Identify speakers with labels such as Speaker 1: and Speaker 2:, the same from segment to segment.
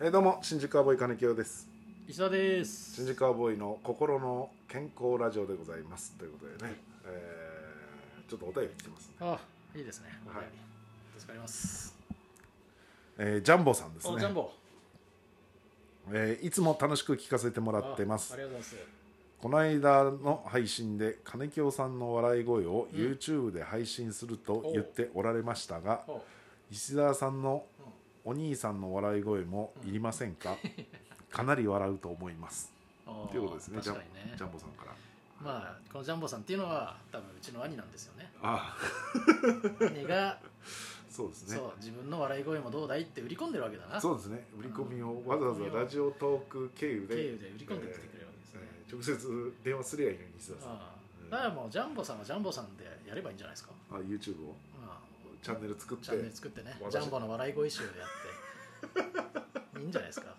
Speaker 1: えーどうも新宿アボーイ金清です
Speaker 2: 石田です
Speaker 1: 新宿アボーイの心の健康ラジオでございますということでね、えーちょっとお便り来てますね、
Speaker 2: あいいですねお便り、
Speaker 1: はい
Speaker 2: 助かります
Speaker 1: えージャンボさんです
Speaker 2: おジャ
Speaker 1: ね、
Speaker 2: ンボ
Speaker 1: えーいつも楽しく聞かせてもら
Speaker 2: あ
Speaker 1: ってます
Speaker 2: ありがとうござい
Speaker 1: この間の配信で金清さんの笑い声を YouTube で配信すると言っておられましたが、
Speaker 2: ます
Speaker 1: 石澤さんのお兄さんの笑い声もいりません か、かなり笑うと思います
Speaker 2: お
Speaker 1: ということですね
Speaker 2: 確かにね
Speaker 1: ジャンボさんから
Speaker 2: まあこのジャンボさんっていうのは多分うちの兄なんですよ ね
Speaker 1: ああ
Speaker 2: 兄が、
Speaker 1: そうですね
Speaker 2: そう自分の笑い声もどうだいって売り込んでるわけだな
Speaker 1: そうですね売り込みをわざわざラジオトーク経由で
Speaker 2: 経由で売り込んできてくれるわけですね
Speaker 1: えー直接電話すりゃいいのに石澤さん
Speaker 2: ああだからもうジャンボさんはジャンボさんでやればいいんじゃないですか、
Speaker 1: あ YouTube を
Speaker 2: ま
Speaker 1: チャンネル作っ
Speaker 2: あ、
Speaker 1: て
Speaker 2: チャンネル作ってね
Speaker 1: 私
Speaker 2: ジャンボの笑い声集でやっていいんじゃないですか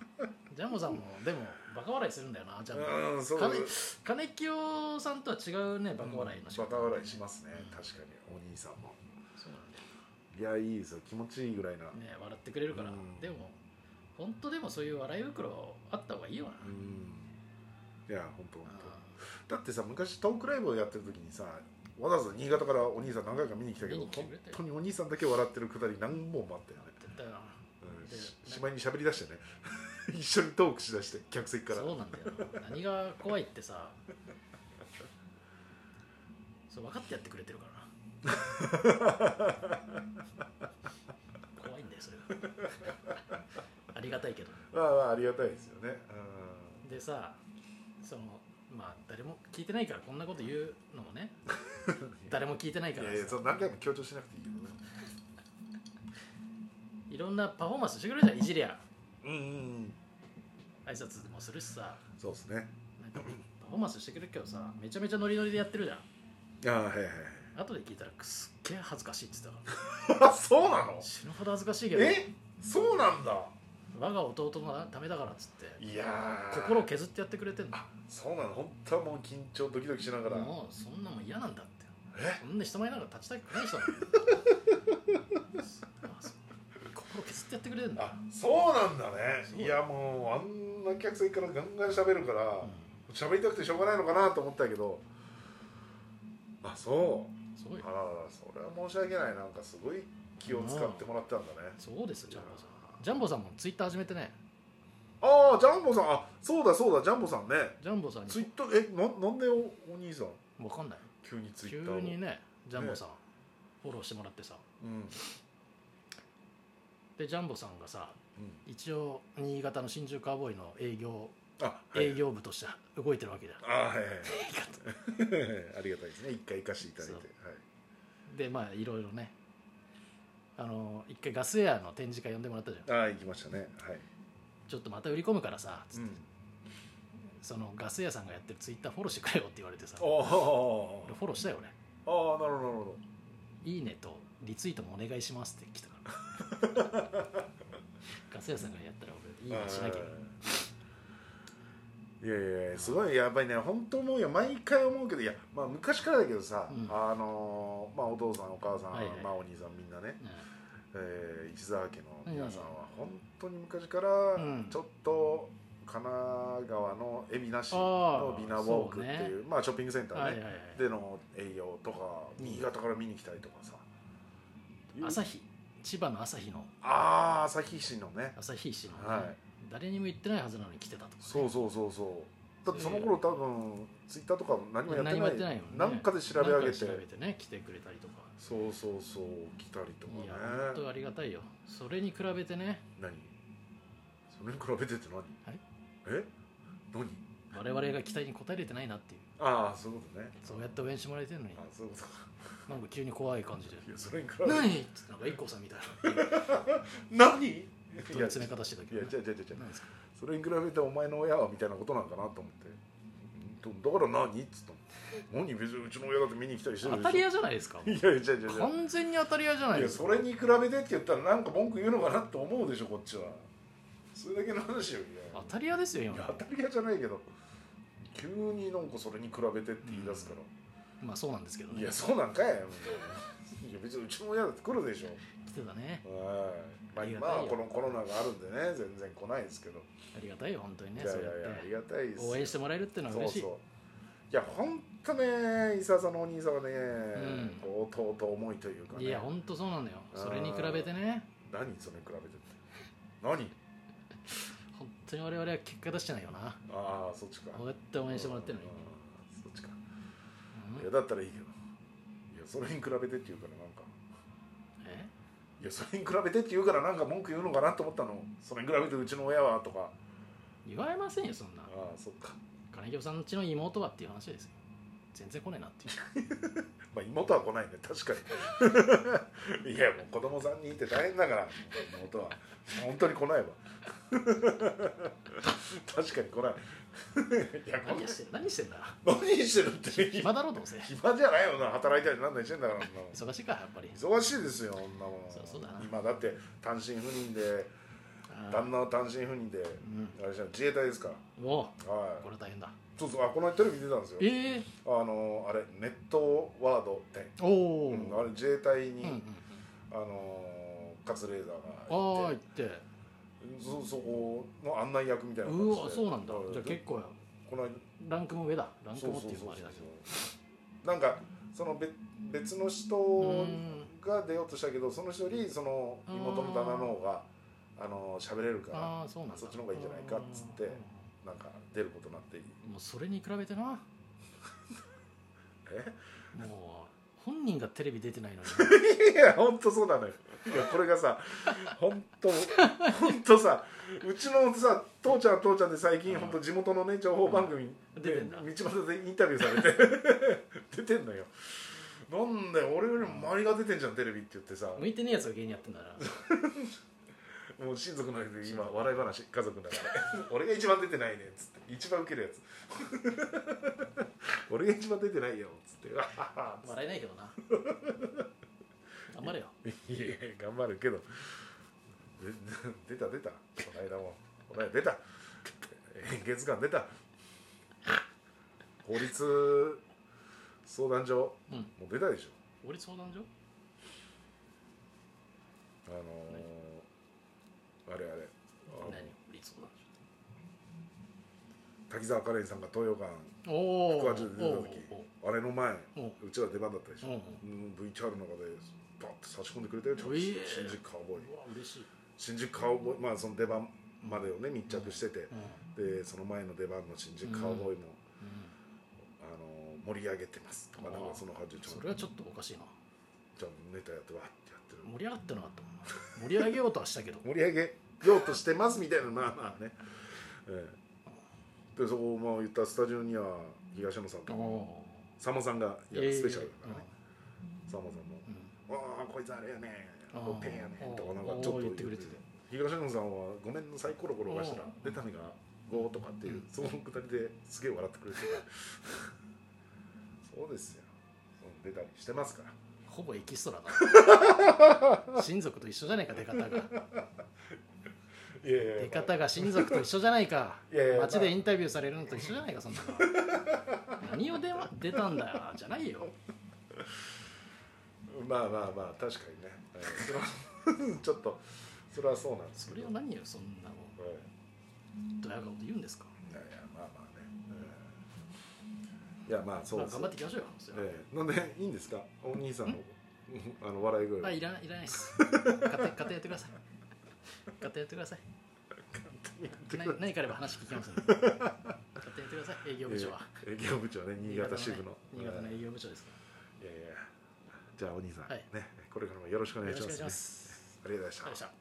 Speaker 2: ジャンボさんもでもバカ笑いするんだよなジャンボ
Speaker 1: うんそう
Speaker 2: 金金清さんとは違うねバカ笑いの仕
Speaker 1: バ
Speaker 2: 方
Speaker 1: カ笑いしますね
Speaker 2: うん
Speaker 1: 確かにお兄さんも
Speaker 2: そうな
Speaker 1: いや
Speaker 2: ん
Speaker 1: いいですよ気持ちいいぐらいな
Speaker 2: だよね笑ってくれるから、
Speaker 1: うん
Speaker 2: でも本当でもそういう笑い袋あった方がいいよな、
Speaker 1: うんいや本当本
Speaker 2: あ
Speaker 1: 当だってさ昔トークライブをやってる時にさわざわざ新潟からお兄さん何回か見に来たけど
Speaker 2: 見に来て
Speaker 1: 本
Speaker 2: くれたよ
Speaker 1: 当にお兄さんだけ笑ってるくだり何本もあったよね
Speaker 2: ーだから
Speaker 1: うんし
Speaker 2: で
Speaker 1: しまいに喋りだしてね 一緒にトークしだして客席から
Speaker 2: そうなんだよな何が怖いってさそう分かってやってくれてる からな怖いんだよそれがありがたいけど
Speaker 1: まあまあありがたいですよね
Speaker 2: でさそのまあ誰も聞いてないからこんなこと言うのもね 誰も聞いてない
Speaker 1: うん
Speaker 2: か
Speaker 1: い
Speaker 2: ら
Speaker 1: やいや
Speaker 2: さ
Speaker 1: そう何回も強調しなくていいけどね
Speaker 2: いろんなパフォーマンスしてくれるじゃんいじりゃ
Speaker 1: うんうんうん
Speaker 2: 挨拶もするしさ
Speaker 1: そうですね
Speaker 2: なんかパフォーマンスしてくれるけどさめちゃめちゃノリノリでやってるじゃん
Speaker 1: ああはいはいはい
Speaker 2: 後で聞いたらくすっげえ恥ずかしいって言ってたか
Speaker 1: あ そうなの
Speaker 2: ら死ぬほど恥ずかしいけど
Speaker 1: えそうなんだ
Speaker 2: 我が弟のためだからっつって
Speaker 1: いやー
Speaker 2: 心を削ってやってくれてんの
Speaker 1: あそうなの本当はもう緊張ドキドキしながら
Speaker 2: もうそんなもん嫌なんだって
Speaker 1: え
Speaker 2: そんな人前なんか立ちたくない 人なんだあそう心削ってやってくれてんだ
Speaker 1: あそうなんだ
Speaker 2: そう
Speaker 1: ねいやもうあんな客席からガンガン喋るから
Speaker 2: う
Speaker 1: 喋りたくてしょうがないのかなと思ったけどあそうん
Speaker 2: すごいよ
Speaker 1: あららそれは申し訳ないなんかすごい気を使ってもらったんだね
Speaker 2: そうですよジャンボさんジャンボさんもツイッター始めてね
Speaker 1: ああジャンボさんあそうだそうだジャンボさんね
Speaker 2: ジャンボさんに
Speaker 1: ツイッターえななんでおお兄さん
Speaker 2: 分かんない
Speaker 1: 急にツイ
Speaker 2: 急
Speaker 1: ッターを
Speaker 2: にねジャンボさん、フォローしてもらってさ
Speaker 1: うん
Speaker 2: でジャンボさんがさ一応新潟の新宿カーボーイの営業、
Speaker 1: うん、あ、はい、
Speaker 2: 営業部として動いてるわけだよ
Speaker 1: あはい はいはいありがたいですね一回行かせていただいて
Speaker 2: そ
Speaker 1: は
Speaker 2: う
Speaker 1: い
Speaker 2: でまあいろいろねあの一回ガスエアの展示会呼んでもらったじゃん
Speaker 1: ああ行きましたねはい、
Speaker 2: ちょっとまた売り込むからさつっ
Speaker 1: う
Speaker 2: て、
Speaker 1: ん、
Speaker 2: そのガス屋さんがやってるツイッターフォローしてくれよって言われてさ
Speaker 1: あ
Speaker 2: 俺
Speaker 1: あ
Speaker 2: フォローしたよね
Speaker 1: ああなるほどなるほど
Speaker 2: いいねとリツイートもお願いしますって来たから ガス屋さんがやったら俺いいねしなきゃ
Speaker 1: いやいやいやすごいやっぱりね本当思うよ毎回思うけどいや、まあ、昔からだけどさ、
Speaker 2: うん
Speaker 1: あのーまあ、お父さんお母さん、
Speaker 2: はいはい
Speaker 1: まあ、お兄さんみんなね、
Speaker 2: う
Speaker 1: えー、市澤家の皆さんは本当に昔から
Speaker 2: うん
Speaker 1: ちょっと神奈川の海老名市
Speaker 2: あ
Speaker 1: の
Speaker 2: ー
Speaker 1: ビナウォークって
Speaker 2: そう
Speaker 1: い
Speaker 2: ね
Speaker 1: うまあ、ショッピングセンタ
Speaker 2: ん
Speaker 1: ー
Speaker 2: は
Speaker 1: ね、
Speaker 2: いはいはい
Speaker 1: での営業とか
Speaker 2: うん
Speaker 1: 新潟から見に来たりとかさ、
Speaker 2: 朝日千葉の朝日の
Speaker 1: ああ旭市のね
Speaker 2: 朝日市のね、
Speaker 1: はい
Speaker 2: 誰にも言ってないはずなのに来てたとかね、
Speaker 1: そうそうそうそうだってその頃多分ツイッターとか何もやってない
Speaker 2: 何もやってないもんね
Speaker 1: なんかで調べ上げて
Speaker 2: なんか調べてね来てくれたりとか
Speaker 1: そうそうそう来たりと
Speaker 2: いや
Speaker 1: かね
Speaker 2: 本当ありがたいよそれに比べてね
Speaker 1: 何それに比べてって何
Speaker 2: はい
Speaker 1: え何
Speaker 2: 我々が期待に応えれてないなっていう
Speaker 1: ああそういうことね
Speaker 2: そうやって応援してもらえてるのに
Speaker 1: あそういうことか
Speaker 2: なんか急に怖い感じで
Speaker 1: いやそれに比
Speaker 2: 「
Speaker 1: べて
Speaker 2: 何?」っつってなんか IKKO さんみたいな
Speaker 1: 何い
Speaker 2: どういう詰め方してたけ
Speaker 1: いや
Speaker 2: ど、
Speaker 1: 違う
Speaker 2: ね、
Speaker 1: 違う違う違う
Speaker 2: 何ですか
Speaker 1: それに比べてお前の親はみたいなことなんかなと思ってうんだだから何っつったの何別にうちの親だって見に来たりしてるでしょ
Speaker 2: 当たり屋じゃないですか
Speaker 1: いやいや違う違う違う
Speaker 2: 完全に当たり屋じゃない
Speaker 1: い
Speaker 2: で
Speaker 1: や
Speaker 2: す
Speaker 1: そ
Speaker 2: か
Speaker 1: れに比べてって言ったらなんか文句言うのかなって思うでしょこっちはそれだけの話よいや
Speaker 2: 当たり屋ですよ
Speaker 1: いや
Speaker 2: 今
Speaker 1: 当たり屋じゃないけど急になんかそれに比べてって言い出すから、
Speaker 2: まあそうなんですけど
Speaker 1: い
Speaker 2: ね
Speaker 1: やそうなんかいいや別にうちの親だって来るでしょ
Speaker 2: 来てたね
Speaker 1: は
Speaker 2: あ
Speaker 1: い
Speaker 2: り
Speaker 1: まあ
Speaker 2: が
Speaker 1: 今はこ
Speaker 2: たいよ
Speaker 1: のコロナがあるんでね全然来ないですけど、
Speaker 2: ありがたいよ本当にね
Speaker 1: いやい
Speaker 2: そ
Speaker 1: や
Speaker 2: うや
Speaker 1: いやあ
Speaker 2: っ
Speaker 1: り
Speaker 2: て
Speaker 1: がたいです
Speaker 2: 応援してもらえるっていうのは嬉しい
Speaker 1: そうそういやほんとね伊沢さんのお兄さんはね、
Speaker 2: ん
Speaker 1: こうとうとう重いというかね
Speaker 2: いや本当そうなのよ
Speaker 1: うん
Speaker 2: それに比べてね
Speaker 1: 何それに比べてって何
Speaker 2: 本当に我々は結果出してないよな
Speaker 1: ああそっちか
Speaker 2: こうやって応援してもらってるのに
Speaker 1: うんそっちか
Speaker 2: うん
Speaker 1: いやだったらいいけどいやそれに比べてって言うからなんか
Speaker 2: え
Speaker 1: いやそれに比べてって言うからなんか文句言うのかなと思ったのそれに比べてうちの親はとか
Speaker 2: 言われませんよそんな
Speaker 1: ああそっか
Speaker 2: 金城さんのうちの妹はっていう話ですよ全然来ねえなっていう
Speaker 1: まあ妹は来ないね確かに いやもう子供さんにいて大変だから妹は本当に来ないわ 確かに来ないい やこん
Speaker 2: 何して何してんだ
Speaker 1: 何してるって
Speaker 2: 暇だろどうせ
Speaker 1: 暇じゃないよな働いたりなんだりしてんだからそんなの
Speaker 2: 忙しいかやっぱり
Speaker 1: 忙しいですよ女も
Speaker 2: そうそうだな
Speaker 1: 今だって単身赴任で
Speaker 2: あー
Speaker 1: 旦那は単身赴任であれでした自衛隊ですか
Speaker 2: も
Speaker 1: らは
Speaker 2: うこれ大変だ
Speaker 1: いそうそうあこの間テレビ出たんですよ
Speaker 2: ええ
Speaker 1: あのあれネットワード展、
Speaker 2: おお
Speaker 1: う
Speaker 2: うんん
Speaker 1: あれ自衛隊に、
Speaker 2: うん
Speaker 1: あのーカズレーザ
Speaker 2: ああ
Speaker 1: ーが
Speaker 2: 行
Speaker 1: い
Speaker 2: ってて
Speaker 1: そそこの案内役みたいな
Speaker 2: う
Speaker 1: 感じで
Speaker 2: わそうなんだ
Speaker 1: い
Speaker 2: じゃあ結構よ
Speaker 1: この間
Speaker 2: ランクも上だランク
Speaker 1: そう
Speaker 2: も
Speaker 1: そう
Speaker 2: って
Speaker 1: そう
Speaker 2: いう
Speaker 1: そ
Speaker 2: のも
Speaker 1: う
Speaker 2: あれだけど
Speaker 1: なんかその別別の
Speaker 2: う
Speaker 1: 人
Speaker 2: ん
Speaker 1: が出ようとしたけどその人よりその妹の旦那の方があの喋れるから
Speaker 2: ああそうなんだ
Speaker 1: そっちの方がいいんじゃないかっつってなんか出ることになって
Speaker 2: もうそれに比べてな
Speaker 1: え
Speaker 2: もう本人がテレビ出て ないのに
Speaker 1: いや本当そうなのよいやこれがさ本当本当さうちのさ父ちゃんは父ちゃんで最近本当地元のね情報番組
Speaker 2: うん
Speaker 1: で
Speaker 2: 出てんだ
Speaker 1: 道端でインタビューされて 出てんのよなんだよ俺よりも周りが出てんじゃんテレビって言ってさ
Speaker 2: 向いてねえやつが芸人やってんだな
Speaker 1: もう親族の中で今笑い話家族の中で 俺が一番出てないねっつって一番ウケるやつ 俺が一番出てないよっつって わははっつっ
Speaker 2: 笑えないけどな頑張れよ
Speaker 1: ていやいや頑張るけどで出た出たこの間もこの間出た円月館出た法律相談所、
Speaker 2: うん
Speaker 1: もう出たでしょ
Speaker 2: 俺相談所
Speaker 1: あのーあれあれあの
Speaker 2: 何俺相談
Speaker 1: 滝沢カレンさんが東洋館
Speaker 2: 所おお
Speaker 1: 腹話で出た時あれの前
Speaker 2: おう
Speaker 1: うちら出番だったでしょ、
Speaker 2: うん
Speaker 1: うん、VTR の中でバッて差し込んでくれたよ、ちゃんと
Speaker 2: ういえ
Speaker 1: 新宿カウボーイ
Speaker 2: うわ嬉しい、
Speaker 1: 新宿カウボーイまあその出番までをね密着してて
Speaker 2: う、ん
Speaker 1: でその前の出番の新宿カウボーイも、
Speaker 2: うん、
Speaker 1: あの盛り上げてますとかなんかその感じでちょ
Speaker 2: そ
Speaker 1: っ
Speaker 2: れ
Speaker 1: と
Speaker 2: はちょっとおかしいな
Speaker 1: じゃあネタやってわーってやってる
Speaker 2: 盛り上がってなかったもんな盛り上げようとはしたけど
Speaker 1: 盛り上げようとしてますみたいなまあまあね、ええでそこをまあ言ったスタジオには東野さん
Speaker 2: お
Speaker 1: と
Speaker 2: お
Speaker 1: さんまさんがいや
Speaker 2: ええ
Speaker 1: スペシャルだからね、さんまさんも
Speaker 2: う
Speaker 1: 「
Speaker 2: ん
Speaker 1: ああこいつあれやね
Speaker 2: あー
Speaker 1: おペンやね」とかなんか
Speaker 2: おー
Speaker 1: ちょっと
Speaker 2: 言ってくれてて
Speaker 1: 東野さんは「ごめんなさいコロコロがしたら
Speaker 2: おー
Speaker 1: 出た目が5」とかっていうそのくだりですげえ笑ってくれてたそうですよそう出たりしてますから
Speaker 2: ほぼエキストラ だ親族と一緒じゃないか出方が
Speaker 1: いやいや
Speaker 2: 出方が親族と一緒じゃないか
Speaker 1: いやいや
Speaker 2: 街でインタビューされるのと一緒じゃないかそんなの何を出,、ま、出たんだよじゃないよ
Speaker 1: まあまあまあ確かにね、はいそれはちょっとそれはそうなんです
Speaker 2: そ
Speaker 1: け
Speaker 2: れ
Speaker 1: ど
Speaker 2: を何よそんなの
Speaker 1: はい
Speaker 2: ドヤ顔で言うんですか
Speaker 1: いやいやまあまあね、ええいやまあそう
Speaker 2: まあ
Speaker 1: です
Speaker 2: 頑張っていきましょうよそれは
Speaker 1: ええなんでいいんですかお兄さんのあの笑い声は
Speaker 2: あいらないいらないです勝手勝手やってください勝手やってくださいな何かあれば話聞きますんで勝手やってください営業部長は
Speaker 1: 営業部 長ね新潟支部の
Speaker 2: 新潟の
Speaker 1: はい
Speaker 2: 営業部長ですか
Speaker 1: いやいやじゃあお兄さん、
Speaker 2: はい
Speaker 1: ねこれからもよろしくお
Speaker 2: ら
Speaker 1: 願
Speaker 2: よ
Speaker 1: いし
Speaker 2: ろしくお
Speaker 1: ま
Speaker 2: 願い
Speaker 1: す
Speaker 2: します
Speaker 1: ありがとうございまし
Speaker 2: ありがとうございました